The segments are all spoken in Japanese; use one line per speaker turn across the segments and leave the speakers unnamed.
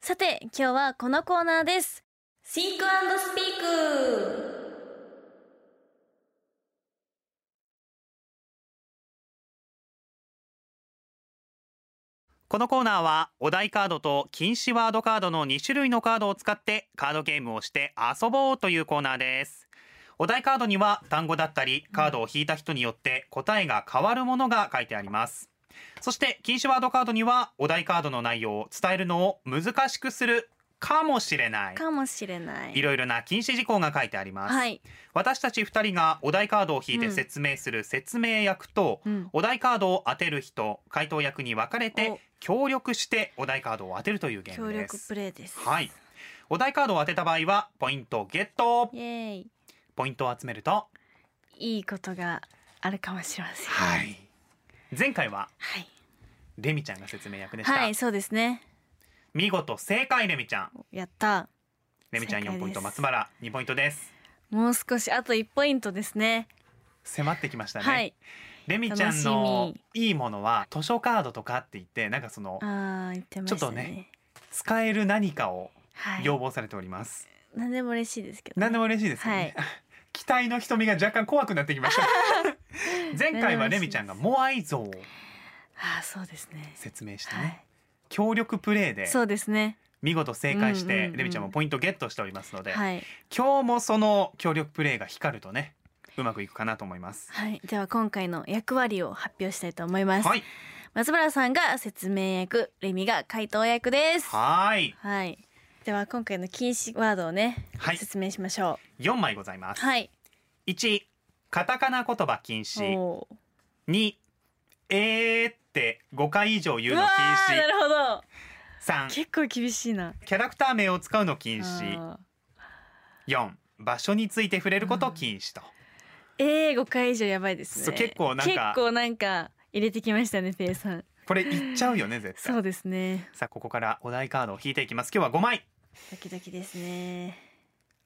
さて、今日はこのコーナーです。シンクスピーク
このコーナーはお題カードと禁止ワードカードの2種類のカードを使ってカードゲームをして遊ぼうというコーナーですお題カードには単語だったりカードを引いた人によって答えが変わるものが書いてありますそして禁止ワードカードにはお題カードの内容を伝えるのを難しくするかもしれない
かもしれないい。
ろいろな禁止事項が書いてあります、
はい。
私たち2人がお題カードを引いて説明する説明役と、
うん
お題カードを当てる人回答役に分かれ
お
て協力してお題カードを当てるというゲー
協
ムで
力
す
プレイです。
はいお題カードを当てた場合はポイントをゲット
イエーイ。
ポイントを集めると
いいことがあるかもしれません。
はい前回は
はい。
レミちゃんが説明役でした、
はい、そうですね。
見事正解レミちゃん
やった。
レミちゃん
正解
4ポイント
です
松原2ポイントです
もう少しあと1ポイントですね。
迫ってきましたね、
はい。
レミちゃんの
楽し
いいものは図書カードとかって言ってなんかその
ああ、言ってましたね。
ちょっとね。使える何かを
はい。
要望されております、
何でも嬉しいですけど、ね。
何でも嬉しいですよね、 期待の瞳が若干怖くなってき ました前回はレミちゃんがモアイ像を
ああ、そうですね。
説明してね、
はい。
協力プレイで
そうですね。
見事正解し
うん
て
うんうん
レミちゃんもポイントゲットしておりますので、
はい。
今日もその協力プレイが光るとねうまくいくかなと思います
はい。では今回の役割を発表したいと思います。
はい
松原さんが説明役、レミが回答役です。は
はい
い。では今回の禁止ワードをね、
はい
説明しましょ
4枚ございま
う。
す、
はい。
1カタカナ言葉禁止
おー
2えーって5回以上言う
う
の
わ
禁
ーな
止
るほど。
3
結構厳しいな。
キャラクター名を使うの禁止
あー
4場所について触れること禁止と、
ええー、5回以上やばいです
そう
ね。
結構なんか
結構なんか入れてきましたね、ペイさん。
これいっちゃうよね絶
そ
対
うですね。
さあここからお題カードを引いていきます今日は5枚
ドキドキですね。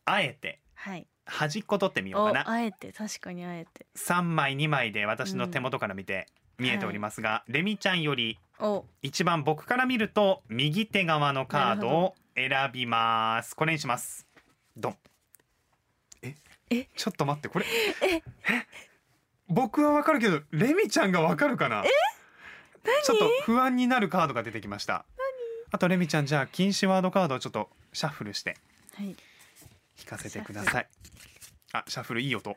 あえて
はい。
端っこ取ってみようか
お、
な
あえて確かにあえて。
3枚2枚で私の手元から見て見えておりますが、レミちゃんより
お、
一番僕から見ると右手側のカード
なる
を選びますこれにしますドンえ
え
ちょっと待ってこれえ僕はわかるけどレミちゃんがわかるかなえちょっと不安になるカードが出てきましたあとレミちゃんじゃあ禁止ワードカードをちょっとシャッフルして
はい。
引かせてくださいあシャッフルいい音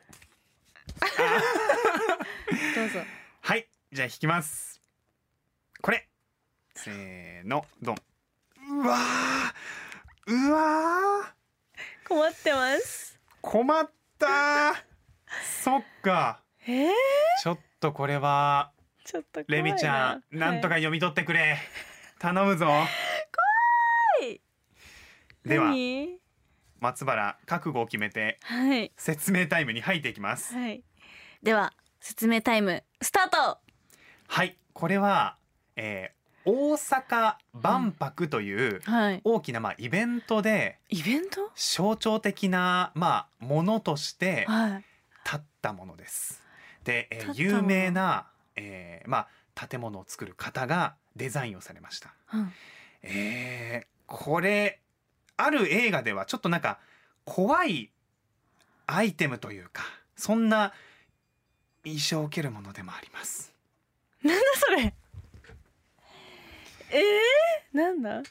どうぞ。
はいじゃあ引きますこれせーのドンうわーうわー
困ってます。
困ったーそっか
ええ
ちょっとこれは
ちょっと怖
レ
いな。
ミちゃんなんと
は
か読み取ってくれ、頼むぞ
い。
いでは
何
松原覚悟を決めて
はい。
説明タイムに入っていきます
はい。では説明タイムスタート。
はいこれは、えー大阪万博という
はい。
大きなまあイベントで
イベント？
象徴的なまあものとして
はい。
立ったものです。で、えー
立ったもの
有名な、えーまあ建物を作る方がデザインをされました。
うん。
えーこれある映画ではちょっとなんか怖いアイテムというかそんな印象を受けるものでもあります。
なんだそれ。ええなんだ。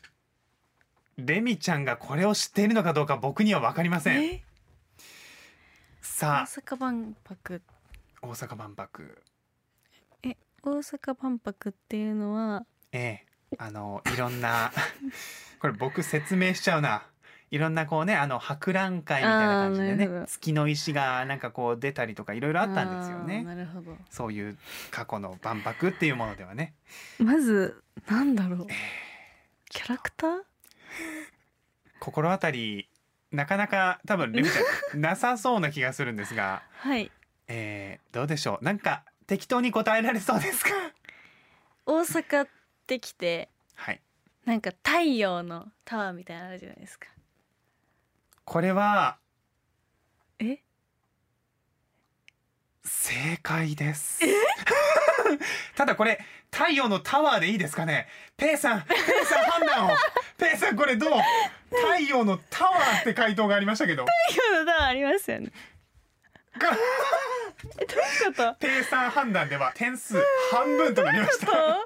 レミちゃんがこれを知っているのかどうか僕には分かりません。
え大
さ
阪万博。
あ大阪万博
大阪万博っていうのは。
ええあのいろんな これ僕説明しちゃうないろんなこうねあの博覧会みたいな感じで
あーなるほ
ね
ど
月の石がなんかこう出たりとかいろいろあったんですよ
あー
ね
なるほど。
そういう過去の万博っていうものではね
まずなんだろう。キャラクター？
心当たりなかなか多分レミちゃんなさそうな気がするんですが、
はい。
えー、どうでしょうなんか適当に答えられそうですか
大阪ってきて。
はい
なんか太陽のタワーみたいなのあるじゃないですか。
これは
え？
正解です。 ただこれ太陽のタワーでいいですかね。ペイさん、ペイさん判断を。 ペイさんこれどう？太陽のタワーって回答がありましたけど。
今の段ありますよね。えどういうこと？ど
ペイさん判断では点数半分となりまし
ういうこと
た。？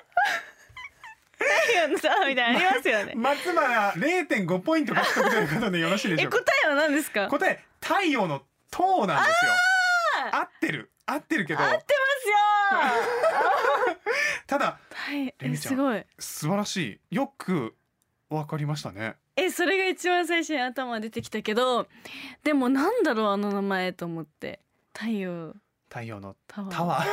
太陽のさみたいなのありますよね。
松原0.5ポイント獲得ということでよろしいでし
え
ょうか
答。えは何ですか？
答え太陽の塔なんですよ。
あー
合ってる合ってるけど
合ってます よ。
ただ
はい。
レ
え
ミちゃん
すごい。
素晴らしいよくわかりましたね。
えそれが一番最初に頭出てきたけど、でもなんだろうあの名前と思って。太陽
太陽の
タワー。
タワ ー。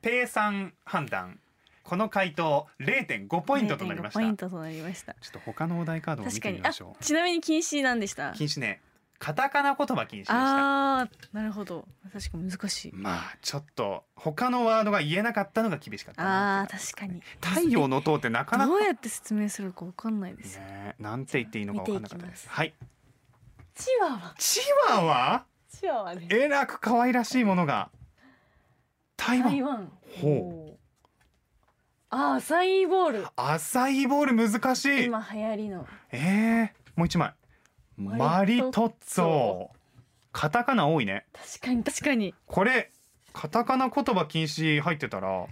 ペイさん判断。この回答0.5ポイントとなりまし
0.5ポ
た。ち
イ
ょ
ントとなりました。
っと他のお題カードを見
確
て
か
み
に。
ま
あ
しょう。
ちなみに禁止なんでした。
禁止ね。カタカナ言葉禁止でした。
ああーなるほど。確かに難しい。
まあちょっと他のワードが言えなかったのが厳しかったな
ああ確かに。
太陽の塔ってなかなか
どうやって説明するかわかんないです。
ねなんて言っていいのか分かんなかったですはい
チワワ。
チワワ
チワワです。
えらく可愛らしいものが台湾
台湾。
ほ
う。ああ、サインボール。
アサイーボール難しい
今流行りの。
えー、もう一枚マ
マ
リ
リ
ト
ト
ッツォカタカナ多いね
確かに確かに。
これカタカナ言葉禁止入ってたら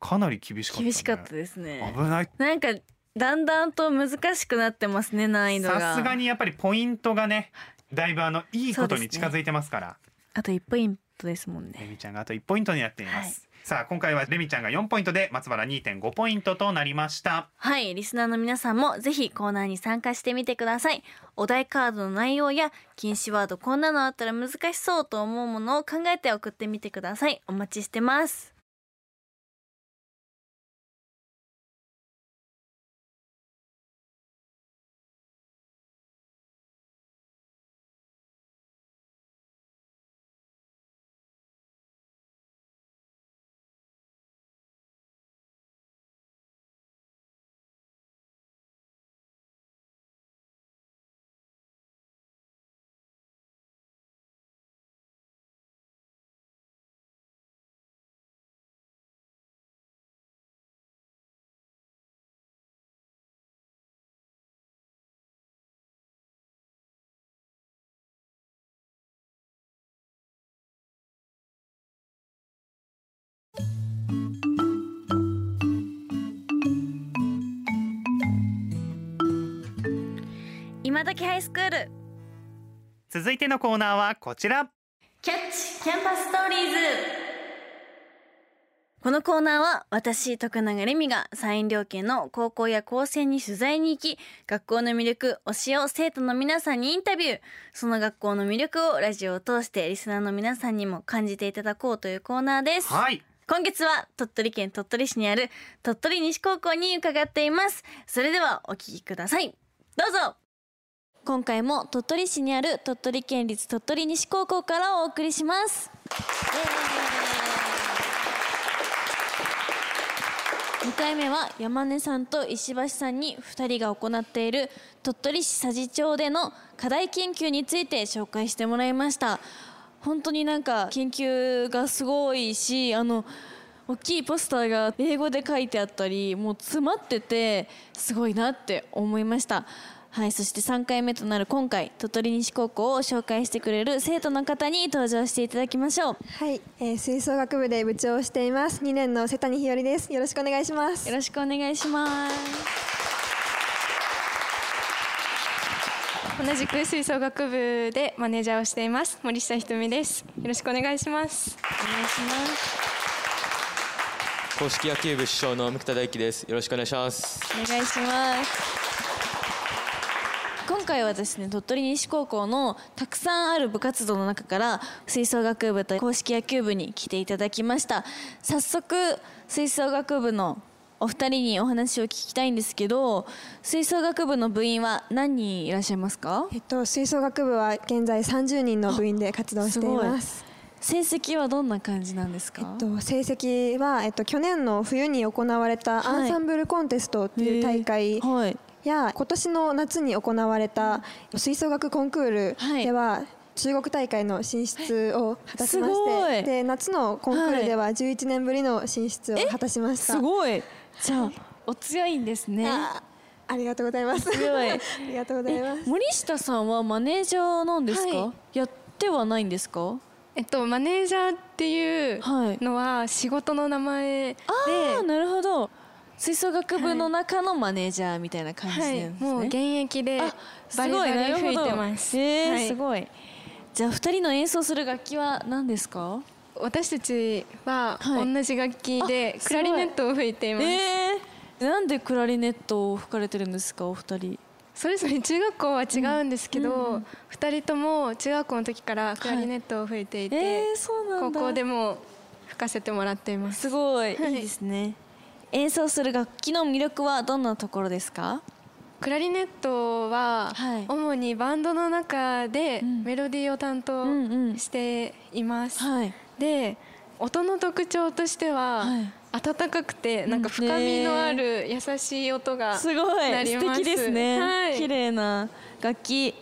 かなり厳しかった、ね、
厳しかったですね。
危ない
なんかだんだんと難しくなってますね難易度が。
さすがにやっぱりポイントがねだいぶあのいいことに近づいてますから
あと一ポイントですもん
レ
ね。
ミちゃんがあと1ポイントになっています、さあ今回はレミちゃんが4ポイントで松原2.5ポイントとなりました
はい、リスナーの皆さんもぜひコーナーに参加してみてください。お題カードの内容や禁止ワードこんなのあったら難しそうと思うものを考えて送ってみてください。お待ちしてます。今時ハイスクール
続いてのコーナーはこちら
キャッチキャンパスストーリーズこのコーナーは私徳永レミが山陰両県の高校や高専に取材に行き学校の魅力推しを生徒の皆さんにインタビューその学校の魅力をラジオを通してリスナーの皆さんにも感じていただこうというコーナーです
はい
今月は鳥取県鳥取市にある鳥取西高校に伺っていますそれではお聞きくださいどうぞ今回も鳥取市にある鳥取県立鳥取西高校からお送りします
2回目は山根さんと石橋さんに2人が行っている鳥取市佐治町での課題研究について紹介してもらいました本当になんか研究がすごいしあの大きいポスターが英語で書いてあったりもう詰まっててすごいなって思いましたはいそして3回目となる今回鳥取西高校を紹介してくれる生徒の方に登場していただきましょう
はい、えー、吹奏楽部で部長をしています。2年の瀬谷日和です。よろしくお願いします。
よろしくお願いします。
同じく吹奏楽部でマネージャーをしています森下ひとみですよろしくお願いします
お願いします。
公式野球部主将の向田大樹ですよろしくお願いします
お願いします。今回はですね鳥取西高校のたくさんある部活動の中から吹奏楽部と公式野球部に来ていただきました早速吹奏楽部のお二人にお話を聞きたいんですけど吹奏楽部の部員は何人いらっしゃいますか
えっと吹奏楽部は現在30人の部員で活動しています。
成績はどんな感じなんです
え
か
っと成績はえっと去年の冬に行われた
はい
アンサンブルコンテストという大
へ
会
ーはい
や今年の夏に行われた吹奏楽コンクールでは中国大会の進出を果たし
す
まして、
ごい
で夏のコンクールでは11年ぶりの進出を果たしました。
すごいじゃあお強いんですね
あありがとうございます。
強い
ありがとうございます。
森下さんはマネージャーなんですか、
は
やってはないんですか
えっとマネージャーっていう
はい
のは仕事の名前で、
ああなるほど吹奏楽部の中のマネージャーみたいな感じなん
は
で
い
すね、
もう現役で
あ
バ
す
リ
ご
バ
い
リ
なるほ
吹い
ど
てます。
へー
はい
すごいじゃあ二人の演奏する楽器は何ですか
私たちは
はい
同じ楽器で
あす
ク
ごい
ラリネットを吹いています。
えー、なんでクラリネットを吹かれてるんですかお二人
それぞれ中学校は違うんですけど、二人とも中学校の時からクラリネットを吹いていて、
えー、そうなん
高
だ
校でも吹かせてもらっています。
すごい、いいですね演奏する楽器の魅力はどんなところですか
クラリネットは
はい
主にバンドの中で
ん
メロディーを担当
うんうん
しています。
はい
で音の特徴としては、
はい
温かくてなんか深みのある優しい音が
すご
ないり
素
ます
敵ですね、
はい
綺麗な楽器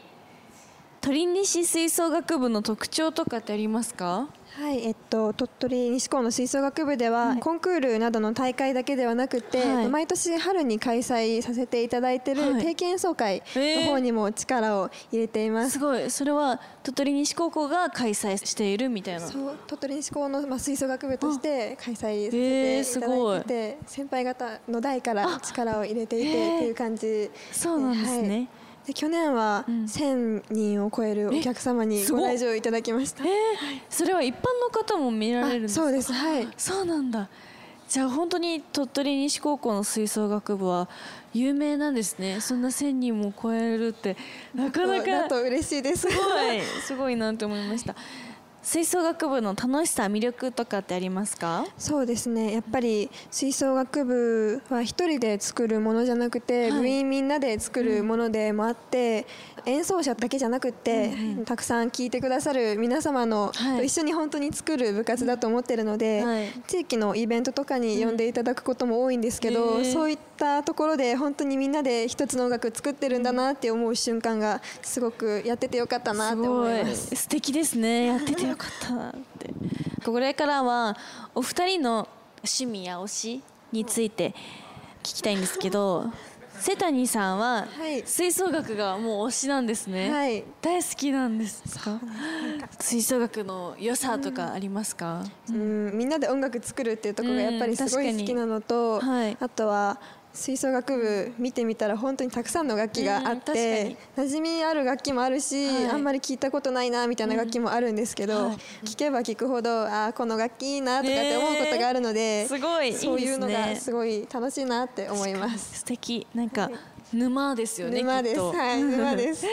鳥西吹奏楽部の特徴とかってありますか
はい、えっと鳥取西高の吹奏楽部では、コンクールなどの大会だけではなくて、
はい
毎年春に開催させていただいている
はい
定期演奏会の方にも力を入れています
す。ごいそれは鳥取西高校が開催しているみたいな
そう鳥取西高の、まあ、吹奏楽部として開催させていただいてて、先輩方の代から力を入れていて
へー
っていう感じ
そうなんですね
はいで去年は
ん
1000人を超えるお客様に
えすご
ご
っ
来場いただきました、
えー、それは一般の方も見られるん
あ
ですか
そうですはい
そうなんだじゃあ本当に鳥取西高校の吹奏楽部は有名なんですねそんな1000人も超えるってなかな
だ
か
と嬉しいで
す
す
ごいすごいなって思いました吹奏楽部の楽しさ魅力とかってありますか
そうですねやっぱり吹奏楽部は一人で作るものじゃなくて、
はい
部員みんなで作るものでもあって、演奏者だけじゃなくて、たくさん聴いてくださる皆様の、
はい
と一緒に本当に作る部活だと思ってるので、
はい
地域のイベントとかに呼んでいただくことも多いんですけど、
へえ
そういったところで本当にみんなで一つの音楽作ってるんだなって思う瞬間がすごくやっててよかったなって思います。
素敵ですねやっててよかったなってこれからはお二人の趣味や推しについて聞きたいんですけど瀬谷さんは
はい
吹奏楽がもう推しなんですね、
はい
大好きなんですか吹奏楽の良さとかありますか、
うん、みんなで音楽作るっていうところがやっぱりすご
う
い
ん
好きなのと、
確かにはい
あとは吹奏楽部見てみたら本当にたくさんの楽器があっ
うん
て、馴染みある楽器もあるし、
はい
あんまり聞いたことないなみたいな楽器もあるんですけど、
うんはい
聞けば聞くほどあーこの楽器いいなとかって思うことがあるので、
ねすごいいいですね
そういうのがすごい楽しいなって思います。
素敵なんか沼ですよね
沼で
きっ
す、
と
はい、沼です。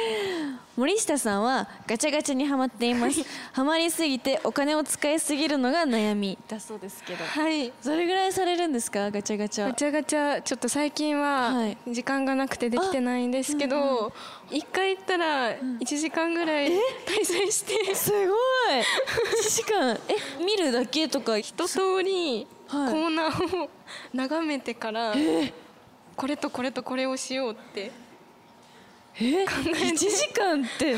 森下さんはガチャガチャにはまっていますはまりすぎてお金を使いすぎるのが悩みだそうですけど
はい
どれぐらいされるんですかガチャガチャ
ガチャガチャちょっと最近
は
はい時間がなくてできてないんですけど一回行ったら1時間ぐらい滞在して
すごい1時間え見るだけとか
一通りコ
はい
ーナーを眺めてからこれとこれとこれをしようって
え1時間って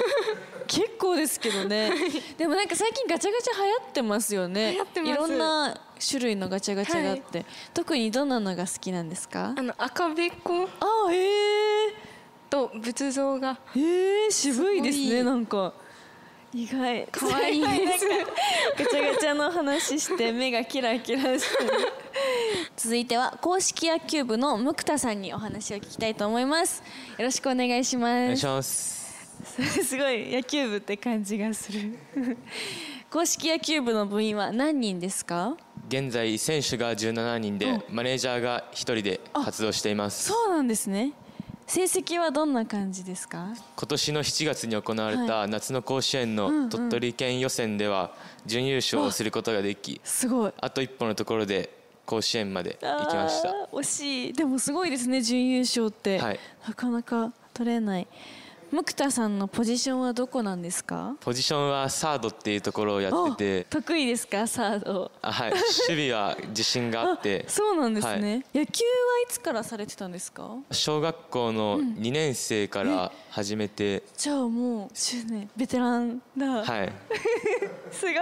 結構ですけどねでもなんか最近ガチャガチャ流行ってますよね
流行ってます
いろんな種類のガチャガチャがあって、特にどんなのが好きなんですか
あの赤べこ
あへえ
と仏像が
へえ渋いです
すご
ね
い
なんか意外
可愛いです
ガチャガチャの話して目がキラキラしてる 続いては公式野球部のムクタさんにお話を聞きたいと思いますよろしくお願いし
お願
ま
いし
す
ます。
すごい野球部って感じがする公式野球部の部員は何人ですか
現在選手が17人でマネージャーが1人で活動しています
そうなんですね成績はどんな感じですか
今年の7月に行われた夏の甲子園の鳥取県予選では準優勝をすることができ
すごい
あと一歩のところで甲子園まで行きました
あー惜しいでもすごいですね準優勝って、
はい
なかなか取れない
ムクタさんのポジションはどこなんですか
ポジションはサードっていうところをやってて
お得意ですかサード
あはい守備は自信が あって
そうなんですね、野球はいつからされてたんですか
小学校の2年生から始めて、
じゃあもう10年ベテランだ、
はい
すごい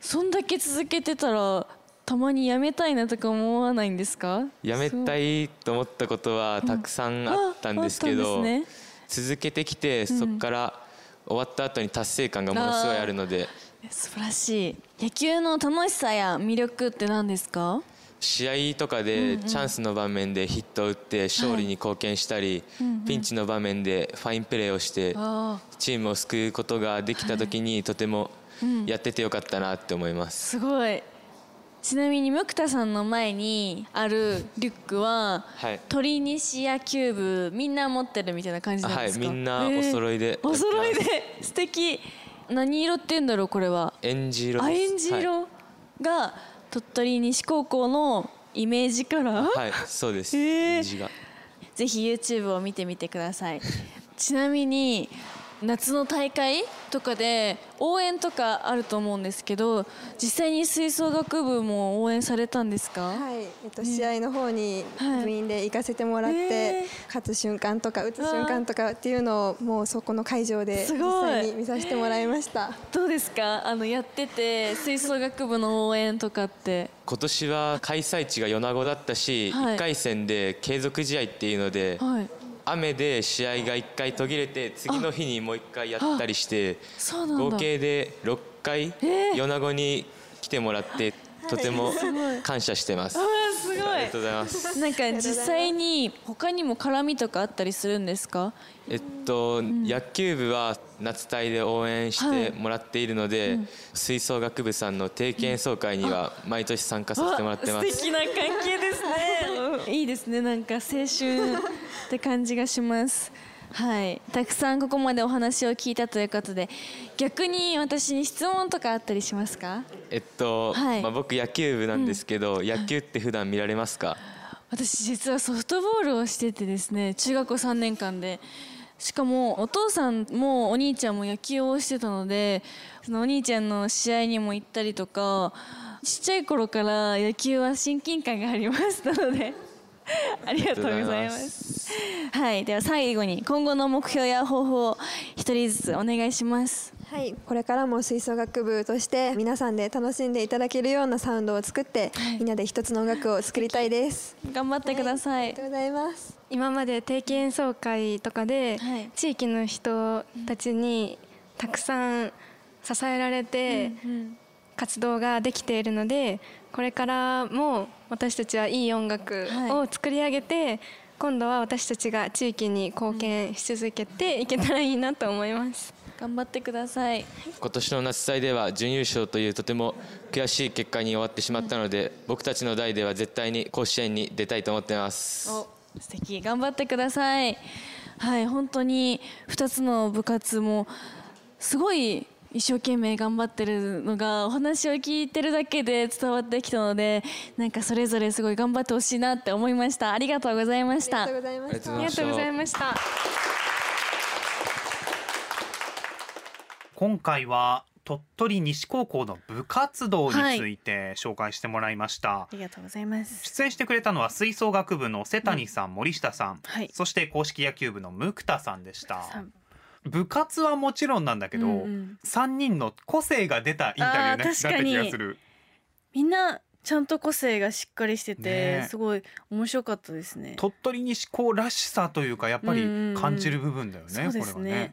そんだけ続けてたらたまに辞めたいなとか思わないんですか
やめたいと思ったことはたくさんあったんですけ
ああった
ど、
んですね
続けてきてそこから終わった後に達成感がものすごいあるので
素晴らしい野球の楽しさや魅力って何ですか
試合とかでチャンスの場面でヒットを打って勝利に貢献したり、ピンチの場面でファインプレーをして
あ
チームを救うことができた時にとてもやっててよかったなって思います。
すごいちなみにムクタさんの前にあるリュックは、
はい
鳥西野球部みんな持ってるみたいな感じなん
は
で
い、
すか
みんなお揃いで、
えーお揃いで素敵何色って言うんだろうこれは
エンジ色
ア
です
エンジ色が鳥取西高校のイメージカラー、
はい、はいそうです、
えー
エンジが
ぜひ YouTube を見てみてくださいちなみに夏の大会とかで応援とかあると思うんですけど実際に吹奏楽部も応援されたんですか、
はい、えっと、試合の方に
はい
部員で行かせてもらって、
えー
勝つ瞬間とか打つ瞬間とかっていうのをもうそこの会場です実
ごい
際に見させてもらいました、
どうですかあのやってて吹奏楽部の応援とかって
今年は開催地が米子だったし、一
はい
1回戦で継続試合っていうので、
はい
雨で試合が1回途切れて次の日にもう1回やったりして
そうなん
合
だ
計で6回米子に来てもらってとても感謝してます。あ
あすごい
りがとうございます。
なんか実際に他にも絡みとかあったりするんですか
えっと、野球部は夏隊で応援してもらっているので、吹奏楽部さんの定期演奏会には毎年参加させてもらってます。
素敵な関係ですねいいですねなんか青春って感じがしますはいたくさんここまでお話を聞いたということで逆に私に質問とかあったりしますか
えっと、
はい
まあ、僕野球部なんですけど、野球って普段見られ ますか
私実はソフトボールをしててですね中学校3年間でしかもお父さんもお兄ちゃんも野球をしてたのでそのお兄ちゃんの試合にも行ったりとかちっちゃい頃から野球は親近感がありましたので ありがとうございますはいでは最後に今後の目標や方法を一人ずつお願いします
はい、これからも吹奏楽部として皆さんで楽しんでいただけるようなサウンドを作って、みんなで一つの音楽を作りたいです
頑張ってくださ
あり
い
がとうございます
今まで定期演奏会とかで、
はい
地域の人たちにたくさん支えられて活動ができているのでこれからも私たちはいい音楽
はい
を作り上げて、今度は私たちが地域に貢献し続けていけたらいいなと思います。
頑張ってください
今年の夏祭では準優勝というとても悔しい結果に終わってしまったので、僕たちの代では絶対に甲子園に出たいと思ってます
お素敵頑張ってくださいはい本当に2つの部活もすごい一生懸命頑張ってるのがお話を聞いてるだけで伝わってきたのでなんかそれぞれすごい頑張ってほしいなって思いましたありがとうございまし
あ
た
りがとうございました
ありがとうございました。
今回は鳥取西高校の部活動について紹介してもらいました、
りがとうござい ます。
出演してくれたのは吹奏楽部の瀬谷さん、森下さん、
はい
そして公式野球部のムクタさんでした
さん
部活はもちろんなんだけど、
うんう
三
ん
3人の個性が出たインタビューね
あー確かに
だった気がする
みんなちゃんと個性がしっかりしてて、
ねえ
すごい面白かったですね。
鳥取西高らしさというかやっぱり
うんうんうん
感じる部分だよね、
そうですね
これはね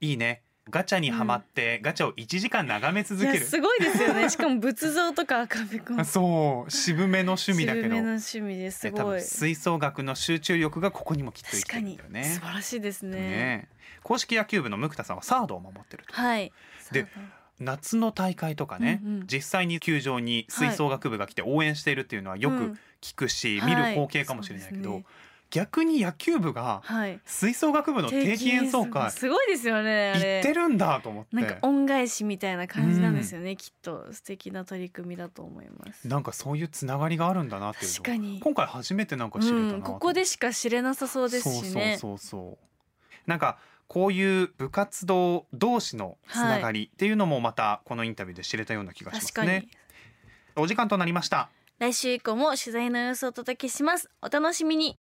いいねガチャにはまって、ガチャを1時間眺め続け
いやす
る
ごいですよね。しかも仏像とか赤べこも。
そう渋めの趣味だけ
渋
ど
めの趣味です
え多
ごい。
分吹奏楽の集中力がここにもきっと
確
生きて
か
るん
に
だよ
素
ね
晴らしいですね。
ね公式野球部のムクタさんはサードを守ってると
はい。
で
そうだ
夏の大会とかね、
うんうん
実際に球場に吹奏楽部が来て応援しているっていうのはよ
う
く
ん
聞くし、
はい
見る光景かもしれないけど、
そうですね
逆に野球部が
はい。
吹奏楽部の定期演奏会
すごいですよね。あ
行
れ
ってるんだと思って
なんか恩返しみたいな感じなんですよね、きっと素敵な取り組みだと思います
なんかそういうつながりがあるんだなっていうのを
確かに
今回初めてなんか
う
知れたなと思っ
ん
て、
ここでしか知れなさそうですしね
そうそうそうそうなんかこういう部活動同士のつながりっていうのもまたこのインタビューで知れたような気がしま
確
す
かに、
ね。お時間となりました。
来週以降も取材の様子をお届けしますお楽しみに